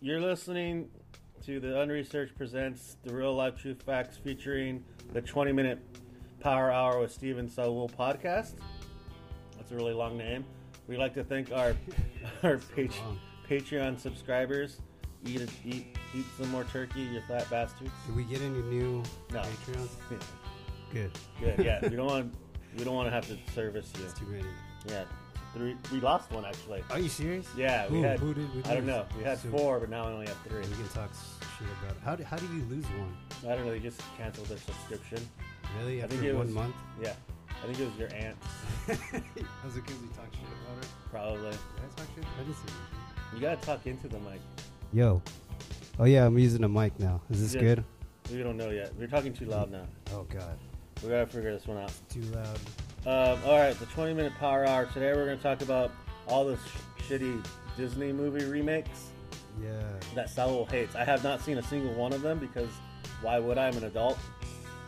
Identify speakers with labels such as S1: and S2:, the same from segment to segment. S1: You're listening to the Unresearch Presents the Real Life True Facts featuring the 20 minute Power Hour with Steven Selwool podcast. That's a really long name. We'd like to thank our our pat-
S2: long.
S1: Patreon subscribers. Eat, a, eat eat some more turkey, you fat bastards.
S2: Did we get any new
S1: No.
S2: Patreons?
S1: Yeah.
S2: Good.
S1: Good, yeah. we don't want we don't want to have to service you.
S2: It's too many.
S1: Yeah, three, we lost one actually.
S2: Are you serious?
S1: Yeah, we
S2: Who-
S1: had.
S2: who did we
S1: I don't
S2: lose?
S1: know. We had
S2: So-
S1: four, but now we only have three.
S2: We can talk shit about it. How do, how do you lose one?
S1: I don't know. They just canceled their subscription.
S2: Really?
S1: I
S2: After
S1: think it
S2: one
S1: was-
S2: month?
S1: Yeah, I think it was your aunt,
S2: was it because we talked shit about her?
S1: probably.
S2: Did I talk shit? I didn't say anything.
S1: You gotta talk into the mic.
S2: Yo. Oh, yeah, I'm using a mic now. Is this
S1: Yeah.
S2: good?
S1: We don't know yet. We're talking too loud now.
S2: Oh, God.
S1: We gotta figure this one out.
S2: Too loud.
S1: Um, all right, the 20 minute power hour. Today we're gonna talk about all the sh- shitty Disney movie remakes
S2: Yeah.
S1: that Saul hates. I have not seen a single one of them because why would I? I'm an adult.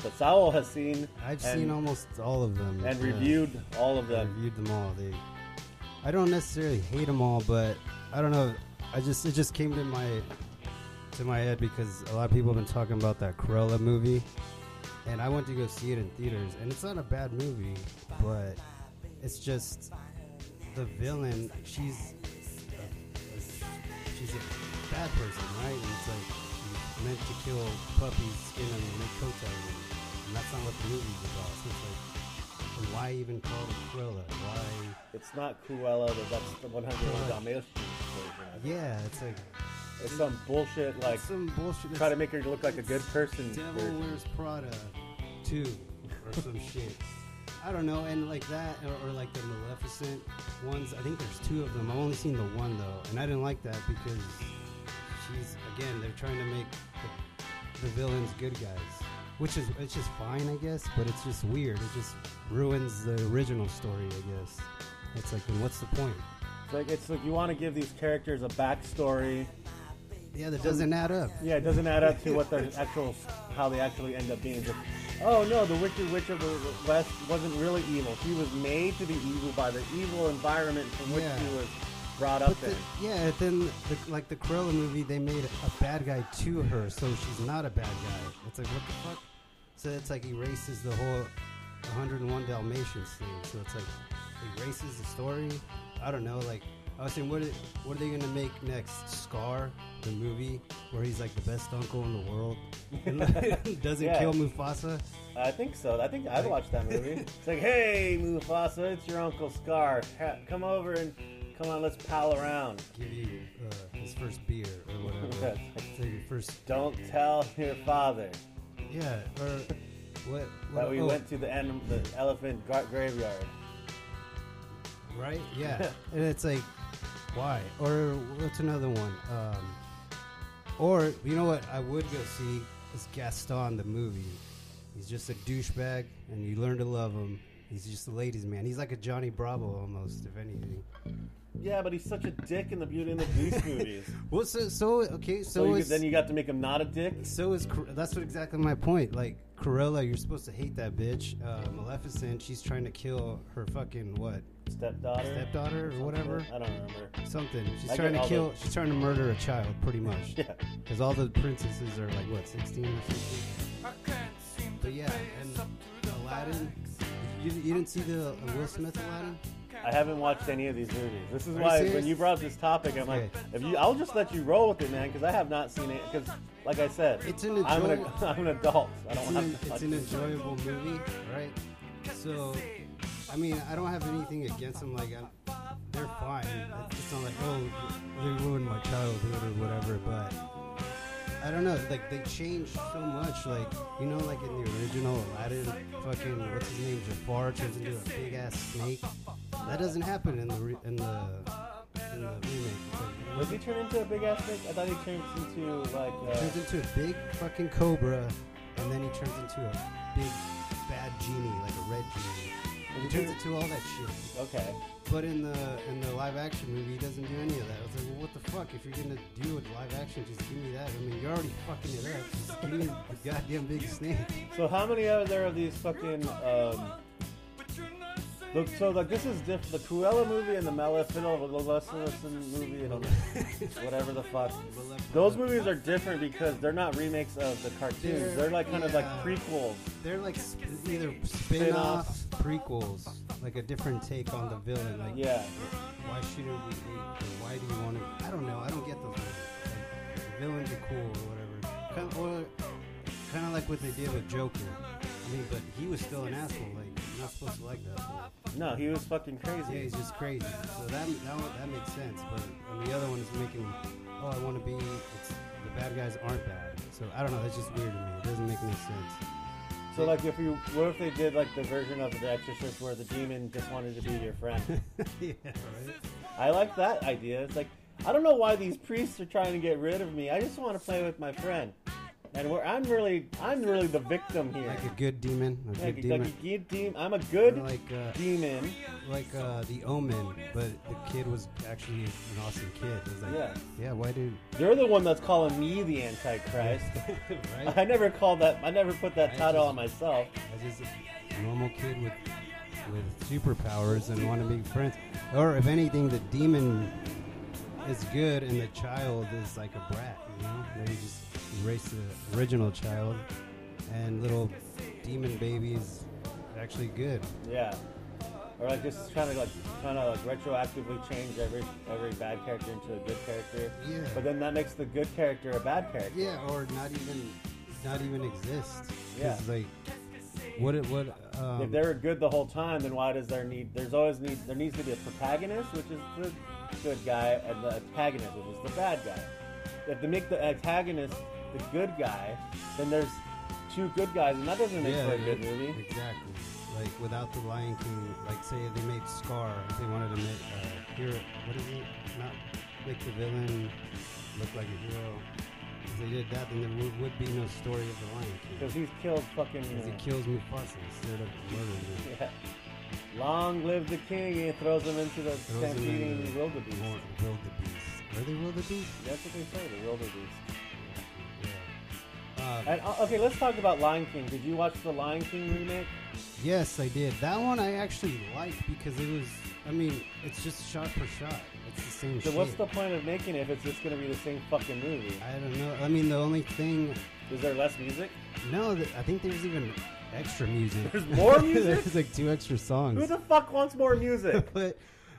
S1: But Saul has seen
S2: I've
S1: and-
S2: seen almost all of them.
S1: and
S2: yeah.
S1: reviewed all of
S2: I
S1: them.
S2: reviewed them all. They, I don't necessarily hate them all, but I don't know. I just it just came to my to my head because a lot of people have been talking about that Cruella movie, and I went to go see it in theaters, and it's not a bad movie, but it's just the villain. She's a, a- she's a bad person, right? And it's like she's meant to kill puppies, skin them, and make coats out of them, and that's not what the movie's about. So it's like. And Why even call it Cruella? Why?
S1: It's not Cruella, but that's the 101
S2: Right.
S1: Dalmatians version. of it.
S2: Yeah, it's like
S1: It's some bullshit, like,
S2: it's some bullshit.
S1: try to
S2: It's
S1: make her look like a good person.
S2: Devil
S1: version.
S2: Wears Prada, two or some shit. I don't know, and like that, or, or like the Maleficent ones. I think there's two of them. I've only seen the one though, and I didn't like that because she's again they're trying to make the, the villains good guys, which is it's just fine, I guess. But it's just weird. It just ruins the original story, I guess. It's like, then what's the point?
S1: It's like, it's like you want to give these characters a backstory.
S2: Yeah, that doesn't add up.
S1: Yeah, it doesn't add up to what their actual, how they actually end up being. Just, oh no, the Wicked Witch of the West wasn't really evil. She was made to be evil by the evil environment from which
S2: Yeah.
S1: she was brought up
S2: But the,
S1: in.
S2: yeah, then the, like the Cruella movie, they made a bad guy to her, so she's not a bad guy. It's like what the fuck? So it's like erases the whole 101 Dalmatians thing. So it's like erases the story. I don't know. Like I was saying, what are, what are they gonna make next? Scar, the movie where he's like the best uncle in the world, and like, doesn't
S1: Yeah.
S2: kill Mufasa.
S1: I think so. I think I've watched that movie. It's like, hey, Mufasa, it's your Uncle Scar. Ha- Come over and come on, let's pal around.
S2: Give you uh, his
S1: Mm.
S2: first beer or whatever. It's like your first
S1: Don't tell your father
S2: Yeah, or what? what
S1: that we
S2: oh,
S1: went to the, anim- the elephant gra- graveyard.
S2: right. Yeah, and it's like, why? Or what's another one? Um, or you know what? I would go see is Gaston the movie. He's just a douchebag, and you learn to love him. He's just a ladies' man. He's like a Johnny Bravo almost, if anything.
S1: Yeah, but he's such a dick in the Beauty and the Beast movies.
S2: Well, so so okay,
S1: So,
S2: so,
S1: you,
S2: is,
S1: then you got to make him not a dick.
S2: So is Cor- that's what exactly my point. Like Corella, you're supposed to hate that bitch. Uh, Maleficent, she's trying to kill her fucking what
S1: Stepdaughter.
S2: stepdaughter or whatever.
S1: I don't remember.
S2: Something. She's
S1: I get
S2: trying to
S1: all
S2: kill.
S1: the-
S2: She's trying to murder a child, pretty much.
S1: Yeah.
S2: Because all the princesses are like what, sixteen or something. But yeah, and Aladdin. You, you didn't see the uh, Will Smith Aladdin?
S1: I haven't watched any of these movies. This is
S2: you
S1: why when
S2: serious?
S1: you brought up this topic, I'm like,
S2: Okay.
S1: if you, I'll just let you roll with it, man, because I have not seen it. Because, like I said,
S2: It's an
S1: I'm, an,
S2: enjoy-
S1: I'm an adult. I don't
S2: It's an,
S1: have to watch
S2: it's an
S1: this.
S2: enjoyable movie, right? So, I mean, I don't have anything against them. Like, I, they're fine. It's not like oh, they ruined my childhood or whatever. But I don't know. Like, they changed so much. Like, you know, like in the original Aladdin, fucking what's his name, Jafar turns into a big ass snake. That doesn't happen in the re- in the in the remake. It's like,
S1: Was he turned into a big ass dick? I thought he turned into like. Uh,
S2: turns into a big fucking cobra, and then he turns into a big bad genie, like a red genie. And he turns into all that shit.
S1: okay.
S2: But in the in the live action movie, he doesn't do any of that. I was like, well, what the fuck? If you're gonna do a live action, just give me that. I mean, you're already fucking it up. Just give me the goddamn big snake.
S1: So how many are there of these fucking um, The, so like this is diff- the Cruella movie and the Maleficent movie and whatever the fuck. Those movies are different because they're not remakes of the cartoons. They're like kind of like
S2: Yeah.
S1: prequels.
S2: They're like sp- either spin off prequels, like a different take on the villain. Like,
S1: Yeah.
S2: why shouldn't we hate? Or why do you want to? I don't know. I don't get those. movies. Like, the villains are cool or whatever. Kind of, or kind of like what they did with Joker. I mean, but he was still an asshole. Like, you're not supposed to like that. But,
S1: No, he was fucking
S2: yeah,
S1: crazy.
S2: he's just crazy. So that that, one- that makes sense. But and the other one is making. Oh, I want to be. It's, the bad guys aren't bad. So I don't know. That's just weird to me. It doesn't make any sense.
S1: So like if you what if they did like the version of The Exorcist where the demon just wanted to be your friend?
S2: yeah, right?
S1: I like that idea. It's like I don't know why these priests are trying to get rid of me. I just want to play with my friend. And where I'm really I'm really the victim here.
S2: Like a good demon. A good
S1: Like, like
S2: demon.
S1: a good demon. I'm a good
S2: Like, uh,
S1: demon.
S2: like uh, the Omen, but the kid was actually an awesome kid. It was like,
S1: Yeah.
S2: yeah, why do
S1: You're the one that's calling me the Antichrist.
S2: right?
S1: I never called that. I never put that
S2: I
S1: title
S2: just-
S1: on myself.
S2: I just a normal kid with with superpowers and want to be friends, or if anything, the demon is good and the child is like a brat. You know, they just erase the original child, and little demon babies actually good.
S1: Yeah. Or like just trying to like trying to like retroactively change every every bad character into a good character.
S2: Yeah.
S1: But then that makes the good character a bad character.
S2: Yeah, or not even not even exist. 'Cause,
S1: Yeah.
S2: like what it what um,
S1: if they were good the whole time, then why does there need? There's always need. There needs to be a protagonist, which is the good guy, and the antagonist, which is the bad guy. If they make the antagonist the good guy, then there's two good guys, and that doesn't make for a good movie.
S2: Exactly. Like without the Lion King, like say they made Scar, if they wanted to make uh, hero. What is it? Not make the villain look like a hero. If they did that, then there would, would be no story of the Lion King.
S1: Because he's killed fucking. uh,
S2: Because he kills Mufasa instead of murdering him.
S1: yeah. Long live the king! And he throws him into the
S2: Throws him in
S1: stampeding
S2: the
S1: wildebeest.
S2: War- Wildebeest. Are they wildebeest?
S1: That's what they say, the wildebeest.
S2: Yeah. Uh,
S1: And uh, okay, let's talk about Lion King. Did you watch the Lion King remake?
S2: Yes, I did. That one I actually liked because it was. I mean, it's just shot for shot. It's the same.
S1: So
S2: shit.
S1: what's the point of making it if it's just going to be the same fucking movie?
S2: I don't know. I mean, the only thing.
S1: Is there less music?
S2: No, th- I think there's even extra music.
S1: There's more music?
S2: there's like two extra songs.
S1: Who the fuck wants more music?
S2: but,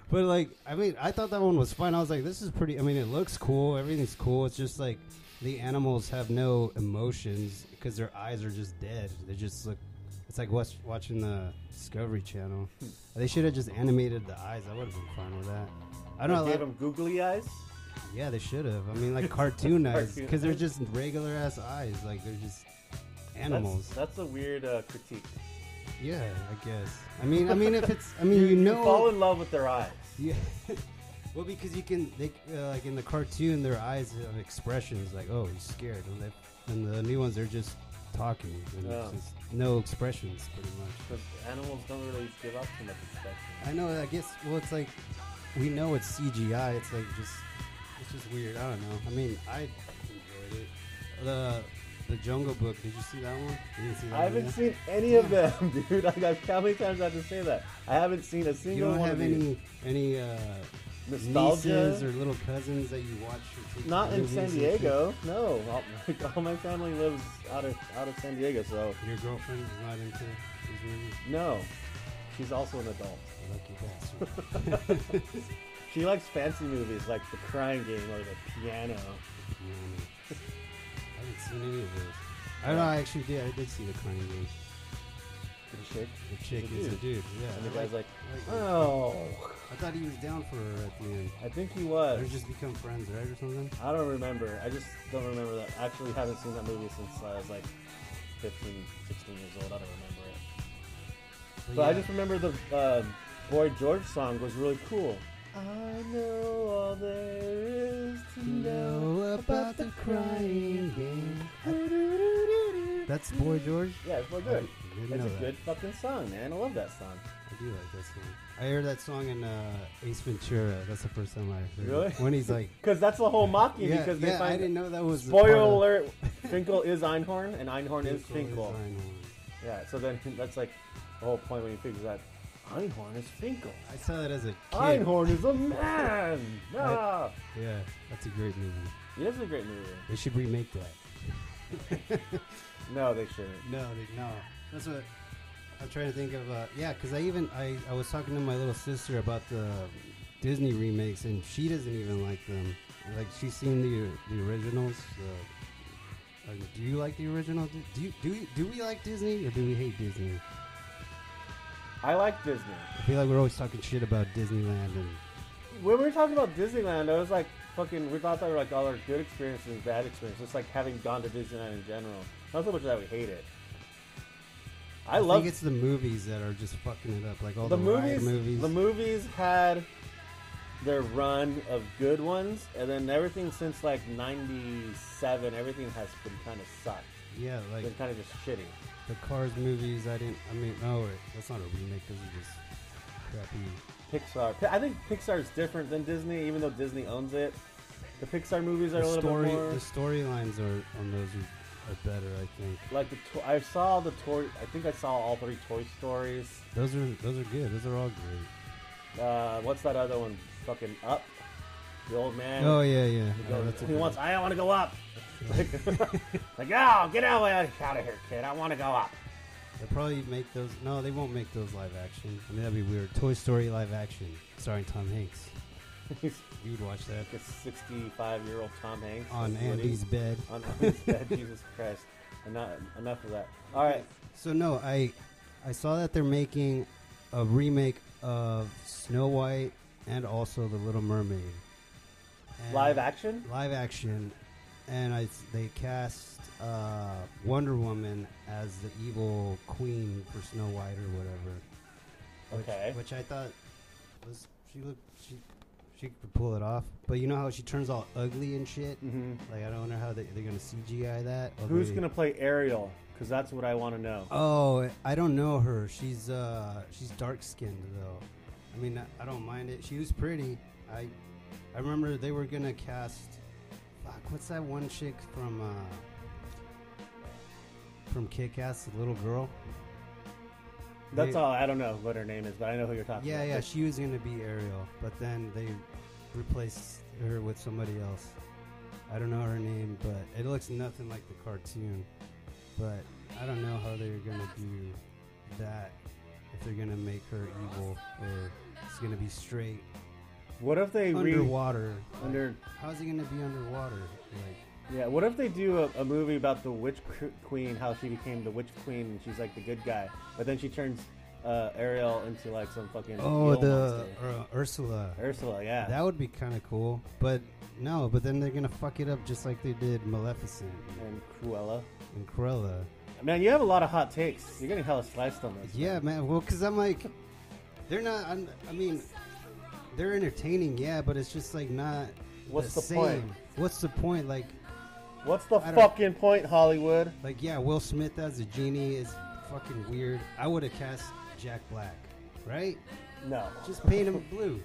S2: but like, I mean, I thought that one was fun. I was like, this is pretty. I mean, it looks cool. Everything's cool. It's just like the animals have no emotions because their eyes are just dead. They just look. It's like watch, watching the Discovery Channel.
S1: Hmm.
S2: They should have just animated the eyes. I would have been fine with that. I don't know.
S1: Gave
S2: like-
S1: him googly eyes.
S2: yeah, they should have. I mean, like cartoon eyes,
S1: Cartoon
S2: because they're
S1: eyes.
S2: just regular ass eyes. Like they're just animals.
S1: That's, that's a weird uh, critique.
S2: yeah, I guess. I mean, I mean, if it's, I mean, you know,
S1: fall in love with their eyes.
S2: yeah. well, because you can, they, uh, like in the cartoon, their eyes have expressions. Like, oh, he's scared, and, they, and the new ones they're just talking. And it's
S1: Yeah.
S2: just no expressions, pretty much.
S1: Because animals don't really give up too much expression.
S2: I know. I guess. Well, it's like we know it's CGI. It's like just, it's just weird. I don't know. I mean, I enjoyed it. The the Jungle Book. Did you see that one? You didn't see that
S1: I haven't
S2: one, yeah?
S1: seen any of them, dude. I got how many times I have to say that? I haven't seen a single
S2: You don't
S1: one
S2: have
S1: of these.
S2: any any uh, nieces
S1: nostalgia.
S2: or little cousins that you watch. Or take
S1: Not in
S2: movies
S1: San
S2: and shit?
S1: Diego. No, all, all my family lives out of out of San Diego, so
S2: Your girlfriend is not into these movies.
S1: no. She's also an adult.
S2: Lucky bastard.
S1: She likes fancy movies like The Crying Game or The Piano.
S2: You know what I mean? I haven't seen any of those. I don't know. I actually did. I did see the Crying Game.
S1: The chick.
S2: The chick is a dude. Yeah.
S1: And the
S2: I
S1: guy's like,
S2: like-
S1: oh.
S2: I thought he was down for her at the end.
S1: I think he
S2: They
S1: was.
S2: just become friends, right, or something?
S1: I don't remember. I just don't remember that. I actually haven't seen that movie since I was like 15, 16 years old. I don't remember it. But I
S2: yeah.
S1: just remember the uh, Boy George song was really cool. I know all there is to know about the crying game.
S2: That's Boy George.
S1: Yeah, it's Boy
S2: I
S1: George.
S2: didn't
S1: That's
S2: know
S1: a
S2: that.
S1: good fucking song, man. I love that song.
S2: I do like that song. I heard that song in uh, Ace Ventura. That's the first time I heard
S1: Really?
S2: it. When he's like,
S1: Because that's the whole mocking.
S2: yeah,
S1: because they
S2: yeah,
S1: find
S2: I didn't know that was part
S1: Spoiler
S2: of-
S1: alert: Finkel is Einhorn, and Einhorn is
S2: Finkel
S1: Finkel.
S2: is Einhorn.
S1: Yeah, so then that's like the whole point when he figures out. Einhorn is Finkel.
S2: I saw that as a kid.
S1: Einhorn is a man. Ah.
S2: Yeah, that's a great movie.
S1: It is a great movie.
S2: They should remake that.
S1: No, they shouldn't.
S2: No, they, no. That's what I'm trying to think of. Uh, yeah, because I even I, I was talking to my little sister about the Disney remakes, and she doesn't even like them. Like she's seen the the originals. Uh, like, do you like the original? Di- Do you, do you, do we like Disney or do we hate Disney?
S1: I like Disney.
S2: I feel like we're always talking shit about Disneyland, and
S1: When we were talking about Disneyland, I was like, fucking, we thought that were like all our good experiences and bad experiences, just like having gone to Disneyland in general. Not so much that we hate it. I,
S2: I
S1: love
S2: think it's the movies that are just fucking it up. Like all
S1: the
S2: the,
S1: movies,
S2: ride movies.
S1: The movies had their run of good ones, and then everything since like '97, everything has been kind of sucked.
S2: yeah, like
S1: been kind of just shitty.
S2: the Cars movies. I didn't. I mean, no, wait, that's not a remake. Those are just crappy.
S1: Pixar. Pi- I think Pixar is different than Disney, even though Disney owns it. The Pixar movies are a
S2: the
S1: little
S2: story,
S1: bit more.
S2: the storylines are on those are, are better. I think
S1: Like the to- I saw the toy. I think I saw all three Toy Stories.
S2: those are those are good. Those are all great.
S1: Uh, what's that other one? Fucking Up. The old man.
S2: Oh yeah,
S1: He,
S2: yeah. Oh,
S1: goes-
S2: that's a
S1: he
S2: good-
S1: wants. I don't want to go up. like, oh, get out of out of here, kid. I want to go up.
S2: They'll probably make those. No, they won't make those live action. I mean, that'd be weird. Toy Story live action starring Tom Hanks.
S1: He's
S2: You would watch that
S1: like a 65 year old Tom Hanks
S2: on
S1: That's what he-
S2: Andy's bed.
S1: on Andy's bed. Jesus Christ. Enough, enough of that. All right.
S2: So no, I I saw that they're making a remake of Snow White and also The Little Mermaid. And-
S1: Live action.
S2: live action, and I, they cast uh, Wonder Woman as the evil queen for Snow White or whatever. Which,
S1: Okay.
S2: Which I thought was she looked she she could pull it off, but you know how she turns all ugly and shit.
S1: hmm
S2: Like I don't know how they, they're gonna CGI that. or
S1: Who's
S2: they-
S1: gonna play Ariel? Because that's what I want to know.
S2: Oh, I don't know her. She's uh she's dark skinned though. I mean, I- I don't mind it. She was pretty. I I remember they were gonna cast. Fuck, what's that one chick from uh from Kick Ass, the little girl?
S1: That's
S2: They-
S1: all. I don't know what her name is, but I know who you're talking
S2: Yeah,
S1: about.
S2: yeah, she was gonna be Ariel, but then they replaced her with somebody else. I don't know her name, but it looks nothing like the cartoon. But I don't know how they're gonna do that. If they're gonna make her evil or it's gonna be straight
S1: What if they re-
S2: underwater.
S1: under?
S2: Like, how's it gonna be underwater? Like
S1: Yeah. What if they do a, a movie about the witch qu- queen? How she became the witch queen and she's like the good guy, but then she turns uh, Ariel into like some fucking
S2: oh,
S1: evil
S2: the
S1: monster.
S2: uh, Ursula.
S1: Ursula. Yeah.
S2: That would be kind of cool, but no. But then they're gonna fuck it up just like they did Maleficent
S1: and Cruella.
S2: and Cruella.
S1: Man, you have a lot of hot takes. You're getting hella sliced on this.
S2: Yeah, man. Well, because I'm like, they're not. I'm, I mean, they're entertaining, yeah, but it's just like not.
S1: What's the
S2: same.
S1: point?
S2: What's the point? Like,
S1: What's the
S2: I don't-
S1: fucking point, Hollywood?
S2: like yeah, Will Smith as a genie is fucking weird. I would have cast Jack Black, right?
S1: No.
S2: Just paint him blue.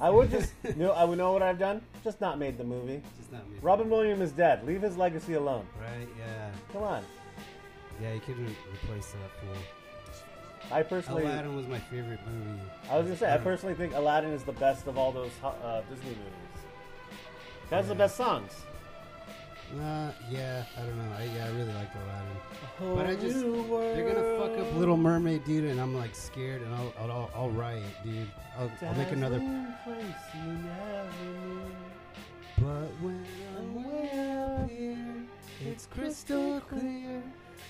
S1: I would just no. I would know what I've done. Just not made the movie.
S2: Just not me.
S1: Robin Williams is dead. Leave his legacy alone.
S2: Right? Yeah.
S1: Come on.
S2: Yeah, you couldn't replace that fool.
S1: I personally,
S2: Aladdin was my favorite movie.
S1: I was gonna say, I
S2: don't-
S1: personally think Aladdin is the best of all those ho- uh, Disney movies. That's the
S2: Yeah.
S1: best songs.
S2: Nah, Uh, yeah, I don't know. I, yeah, I really liked Aladdin. But I just- They're gonna fuck up
S1: little.
S2: Little Mermaid, dude, and I'm like scared, and I'll I'll, I'll, I'll riot, dude. I'll, I'll make another. But when I'm way up here, it's crystal clear,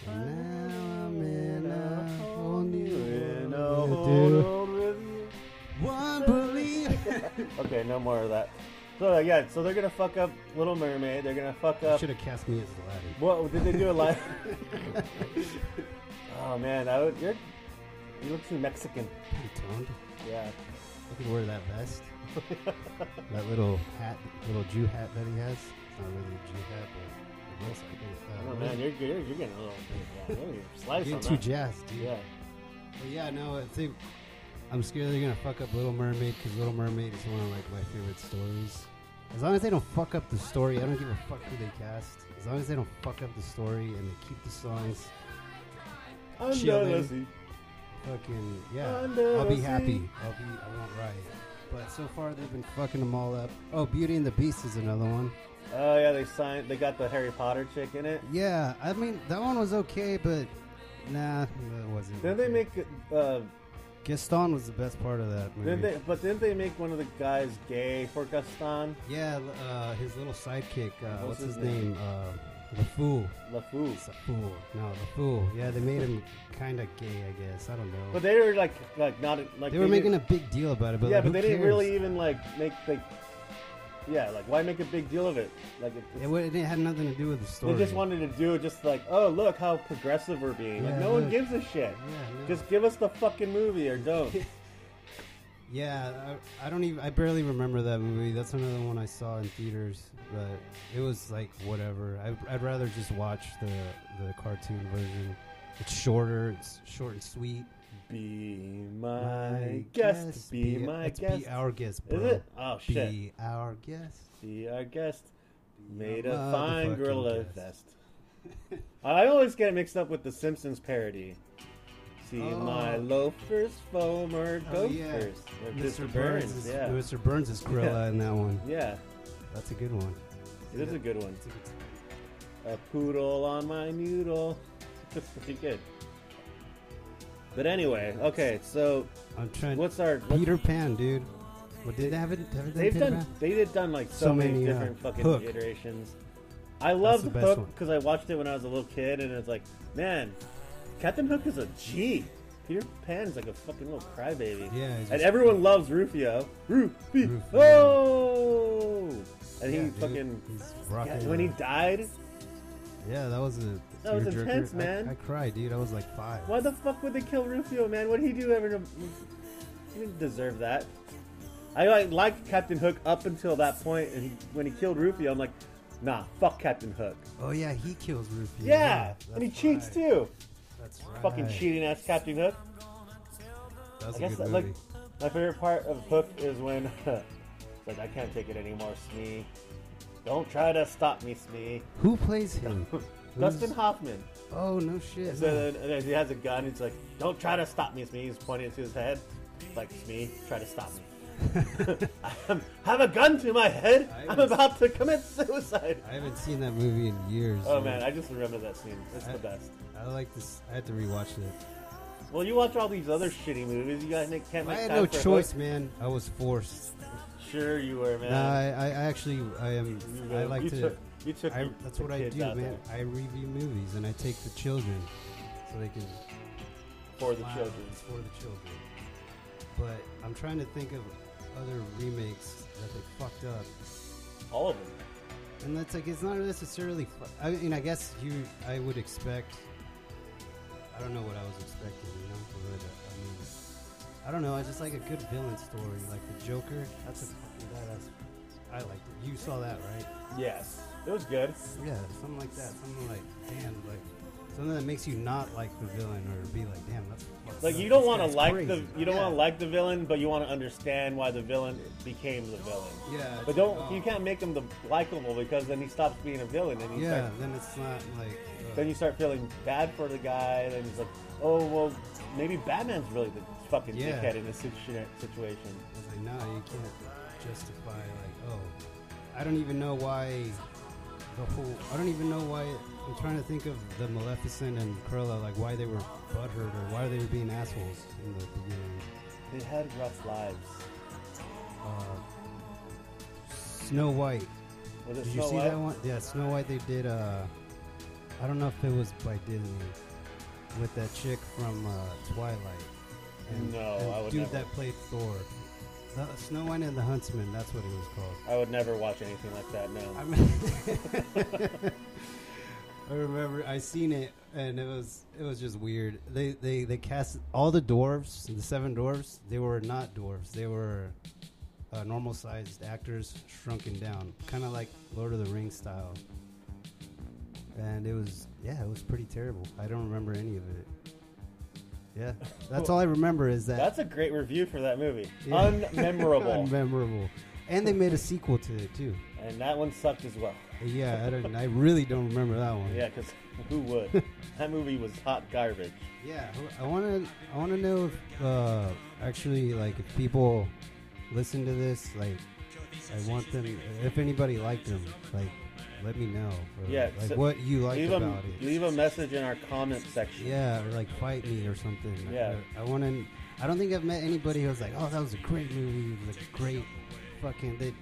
S2: and now I'm in a whole new world. dude. One belief.
S1: Okay, no more of that. So uh, yeah, so they're gonna fuck up Little Mermaid. They're gonna fuck up.
S2: Should have cast me as Aladdin.
S1: What did they do a live? oh man, I would, you're you look too Mexican.
S2: Pretty toned.
S1: Yeah.
S2: I could wear that vest. that little hat, little Jew hat that he has. It's not really a Jew hat, but it looks like it. Uh,
S1: Oh
S2: what
S1: man,
S2: is it?
S1: you're, you're, you're getting a little yeah, you're
S2: I'm
S1: slice
S2: getting
S1: on
S2: too
S1: that.
S2: jazzed, dude.
S1: yeah.
S2: But yeah, no, I think I'm scared they're gonna fuck up Little Mermaid because Little Mermaid is one of like my favorite stories. As long as they don't fuck up the story, I don't give a fuck who they cast. As long as they don't fuck up the story and they keep the songs
S1: I'm
S2: Chilling.
S1: jealous.
S2: fucking yeah.
S1: Under
S2: I'll be
S1: the
S2: happy.
S1: sea.
S2: I'll be. I want riot. But so far they've been fucking them all up. Oh, Beauty and the Beast is another one.
S1: Oh yeah, they signed. They got the Harry Potter chick in it.
S2: Yeah, I mean that one was okay, but nah, that wasn't.
S1: Didn't they
S2: okay.
S1: make? Uh,
S2: Gaston was the best part of that movie?
S1: didn't they? But didn't they make one of the guys gay for Gaston?
S2: Yeah, l- uh, his little sidekick. Uh,
S1: What's
S2: what's
S1: his
S2: his
S1: name?
S2: name? Uh, the Fool.
S1: LaFou.
S2: It's a fool. No, the fool. Yeah, they made him kind of gay, I guess. I don't know.
S1: But they were like, like not like
S2: they were making
S1: didn't-
S2: a big deal about it, but
S1: yeah,
S2: like,
S1: but
S2: who
S1: they didn't
S2: cares?
S1: really even like make like. Yeah, like why make a big deal of it? Like it,
S2: It, wa- it had nothing to do with the story.
S1: they just wanted to do just like, oh look how progressive we're being. like
S2: Yeah,
S1: no one
S2: look.
S1: gives a shit.
S2: Yeah, no.
S1: Just give us the fucking movie or don't.
S2: yeah. I, I don't even. I barely remember that movie. That's another one I saw in theaters, but it was like whatever. I, I'd rather just watch the the cartoon version. It's shorter. It's short and sweet.
S1: be my guest. Be my
S2: it's
S1: guest.
S2: Be our guest. Bro.
S1: Is it? Oh
S2: Be
S1: shit.
S2: our guest.
S1: Be our guest.
S2: Be
S1: Made
S2: our
S1: a fine
S2: motherfucking
S1: gorilla
S2: guest.
S1: vest. I always get mixed up with the Simpsons parody. See
S2: Oh.
S1: my loafers, foamer, gophers.
S2: Oh, yeah.
S1: Or
S2: Mr. Burns, is,
S1: yeah.
S2: Mr. Burns is Gorilla
S1: Yeah.
S2: in that one.
S1: yeah,
S2: That's a good one.
S1: it is a good one.
S2: It's a good-
S1: A poodle on my noodle. That's pretty good. But anyway, okay, so
S2: I'm trying.
S1: what's our what-
S2: Peter Pan, dude? What did they have? It, have it
S1: They've
S2: Peter
S1: done.
S2: Pan?
S1: They did done like so,
S2: So
S1: many,
S2: many, uh,
S1: different fucking
S2: Hook.
S1: iterations. I love
S2: the best
S1: Hook
S2: one.
S1: because I watched it when I was a little kid, and it's like, man, Captain Hook is a G. Peter Pan's like a fucking little crybaby.
S2: Yeah, he's
S1: and
S2: just-
S1: everyone loves Rufio. Rufio.
S2: Rufio.
S1: Oh, and
S2: Yeah,
S1: he
S2: dude,
S1: fucking.
S2: he's
S1: yeah,
S2: rocking
S1: when he
S2: it.
S1: died,
S2: Yeah, that was a.
S1: That was
S2: tearjerker.
S1: intense,
S2: I-
S1: man.
S2: I, cried, dude. I was like five.
S1: why the fuck would they kill Rufio, man? What did he do ever? To... He didn't deserve that. I like liked Captain Hook up until that point, and he, when he killed Rufio, I'm like, nah, fuck Captain Hook.
S2: Oh yeah, he kills Rufio.
S1: Yeah,
S2: that's
S1: and he cheats
S2: right.
S1: too.
S2: That's right.
S1: Fucking cheating ass Captain Hook.
S2: That was
S1: I
S2: a
S1: guess
S2: good
S1: that, like
S2: movie.
S1: my favorite part of Hook is when it's like I can't take it anymore, Smee. Don't try to stop me, Smee.
S2: Who plays him?
S1: Dustin
S2: Who's-
S1: Hoffman.
S2: Oh no shit.
S1: So then, and then he has a gun. He's like, "Don't try to stop me, Smee." He's pointing it to his head, like Smee, try to stop me. I am- have a gun to my head.
S2: I
S1: I'm
S2: was-
S1: about to commit suicide.
S2: I haven't seen that movie in years.
S1: Oh
S2: dude.
S1: man, I just remember that scene. It's the best.
S2: I like this. I had to rewatch it.
S1: Well, you watch all these other shitty movies. You guys make- can't
S2: I
S1: make
S2: had
S1: time
S2: no
S1: for Hook.
S2: choice, man. I was forced.
S1: Sure, you were, man.
S2: No, I, I I actually, I am.
S1: You,
S2: I
S1: uh,
S2: like
S1: you
S2: to.
S1: Took, you took.
S2: I,
S1: your
S2: that's what I
S1: kids
S2: do,
S1: out
S2: man.
S1: there
S2: I review movies and I take the children, so they can.
S1: for the
S2: smile.
S1: children.
S2: It's for the children. But I'm trying to think of other remakes that they fucked up,
S1: All of them.
S2: and that's like it's not necessarily. Fu- I mean, I guess you. I would expect. I don't know what I was expecting, you know. But, uh, I mean, I don't know. I just like a good villain story, like the Joker. That's a fucking badass. I liked it. You saw that, right?
S1: Yes, it was good.
S2: Yeah, something like that. Something like, damn, like something that makes you not like the villain or be like, damn, that's fucked
S1: Like
S2: up.
S1: you don't
S2: This
S1: want to
S2: guy's
S1: like the
S2: crazy.
S1: you don't
S2: Yeah.
S1: want to like the villain, but you want to understand why the villain became the villain.
S2: Yeah,
S1: But
S2: it's
S1: don't
S2: like,
S1: you
S2: oh.
S1: can't make him the likable because then he stops being a villain and he's
S2: Yeah,
S1: like,
S2: then it's not like. uh,
S1: then you start feeling bad for the guy. And then he's like, oh well, maybe Batman's really the fucking
S2: Yeah.
S1: dickhead in this situ- situation.
S2: It's like, no, you can't justify like, oh, I don't even know why the whole. I don't even know why. I'm trying to think of the Maleficent and Cruella, like why they were butthurt or why they were being assholes in the beginning.
S1: They had rough lives.
S2: Uh, Snow White.
S1: Was it
S2: Did
S1: Snow
S2: you see
S1: White?
S2: that one? Yeah, Snow White. They did. Uh, I don't know if it was by Disney with that chick from uh, Twilight.
S1: No,
S2: and
S1: I would
S2: dude
S1: never.
S2: that played Thor. The- Snow White and the Huntsman. That's what it was called.
S1: I would never watch anything like that. No.
S2: I, mean, I remember I seen it and it was it was just weird. They they they cast all the dwarves, the seven dwarves. They were not dwarves. They were uh, normal sized actors shrunken down, kind of like Lord of the Rings style. And it was yeah, it was pretty terrible. I don't remember any of it. Yeah, that's all I remember is that
S1: That's a great review for that movie.
S2: Yeah.
S1: Unmemorable.
S2: Unmemorable. And they made a sequel to it too.
S1: and that one sucked as well.
S2: Yeah, I don't. I really don't remember that one.
S1: Yeah, because who would? that movie was hot garbage.
S2: Yeah, I want to. I want to know if uh, actually, like, if people listen to this, like, I want them. If anybody liked them, like, let me know. or,
S1: Yeah,
S2: like
S1: so-
S2: what you liked
S1: leave a
S2: about it.
S1: leave a message in our comment section.
S2: Yeah, or like fight me or something.
S1: Yeah.
S2: I, I want to. I don't think I've met anybody who's like, oh, that was a great movie. It was a great fucking. They,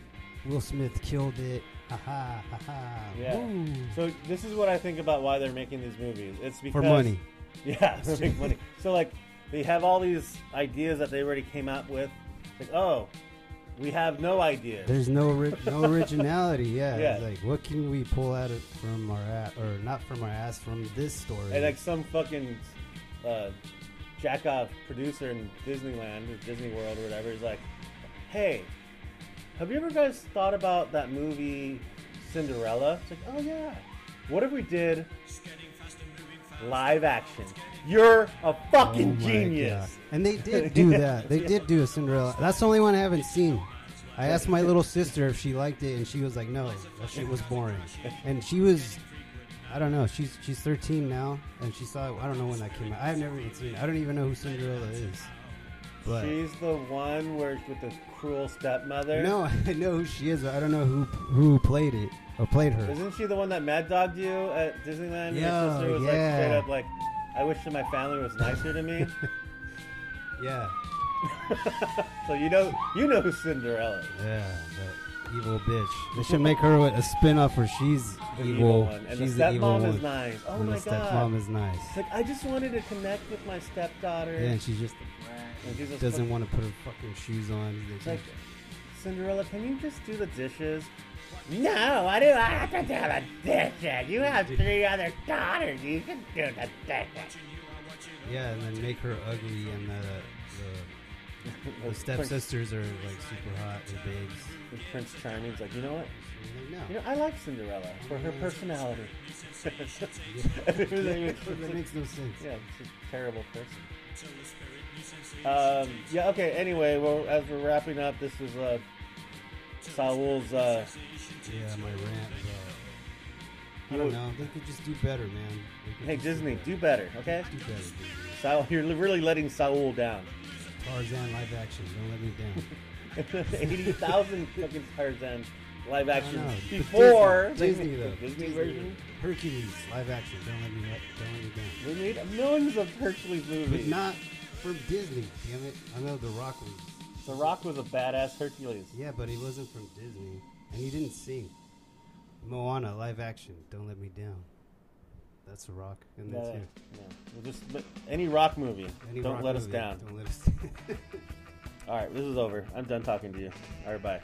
S2: Will Smith killed it. Ha ha ha ha.
S1: Yeah.
S2: Woo.
S1: So this is what I think about why they're making these movies. It's because
S2: For money.
S1: Yeah, to make money. So like they have all these ideas that they already came up with. Like, oh, we have no idea.
S2: There's no ori- no originality. Yeah.
S1: Yeah.
S2: It's like, what can we pull out of from our ass, or not from our ass, from this story?
S1: And like some fucking uh, jackoff producer in Disneyland, or Disney World, or whatever, is like, "Hey, have you ever guys thought about that movie Cinderella?" It's like, "Oh yeah, what if we did live action?" You're a
S2: Oh
S1: fucking
S2: my
S1: genius.
S2: God. And they did do that. They did do a Cinderella. That's the only one I haven't seen. I asked my little sister if she liked it, and she was like, "No, that shit was boring." And she was, I don't know. She's she's 13 now, and she saw. it. I don't know when that came out. I've never even seen. it. I don't even know who Cinderella is. But
S1: She's the one where with the cruel stepmother.
S2: no, I know who she is, but I don't know who who played it or played her.
S1: Isn't she the one that mad dogged you at Disneyland? Your
S2: Yo,
S1: sister was like
S2: yeah.
S1: straight up like, I wish that my family was nicer to me.
S2: Yeah,
S1: so you know you know who Cinderella is.
S2: yeah, that evil bitch. They should make her a spinoff where she's
S1: The
S2: evil.
S1: one. And
S2: she's
S1: the
S2: the evil
S1: stepmom
S2: one.
S1: is nice. Oh
S2: and
S1: my
S2: the stepmom
S1: god.
S2: is nice.
S1: It's like I just wanted to connect with my stepdaughter.
S2: Yeah, and she just
S1: And she's just
S2: doesn't
S1: like-
S2: want to put her fucking shoes on.
S1: It's like Cinderella, can you just do the dishes? No, I do I have to do the dishes. You have three other daughters. You can do the dishes.
S2: Yeah, and then make her ugly, and the, the, the stepsisters are like super hot and babes.
S1: Prince, Prince Charming's like, you know what?
S2: And they're like,
S1: You
S2: No,
S1: know, I like Cinderella for her personality.
S2: Yeah, that makes no sense.
S1: Yeah, she's a terrible person. Um, yeah, okay, anyway, well, as we're wrapping up, this is uh, Saul's. Uh,
S2: Yeah, my rant. But I don't know. They could just do better, man. They could
S1: hey,
S2: just
S1: Disney,
S2: do
S1: do better, okay?
S2: better. Do better, Disney.
S1: Saul, you're really letting Saul down.
S2: Tarzan live action. Don't let me down.
S1: 80,000 fucking Tarzan live action
S2: I know, but
S1: before they
S2: Disney, Disney though.
S1: made the Disney version.
S2: Hercules live action. Don't let me don't let me
S1: They
S2: down.
S1: made millions of Hercules
S2: But
S1: movies.
S2: not from Disney, damn it. I know The Rock was.
S1: the Rock was a badass Hercules.
S2: Yeah, but he wasn't from Disney. And he didn't sing. Moana, live action. Don't let me down. That's The Rock. And
S1: No,
S2: that's
S1: no,
S2: you.
S1: We'll just but any rock movie.
S2: Any
S1: don't
S2: Rock
S1: let us
S2: movie,
S1: down.
S2: Don't let us
S1: All right, this is over. I'm done talking to you. All right, bye.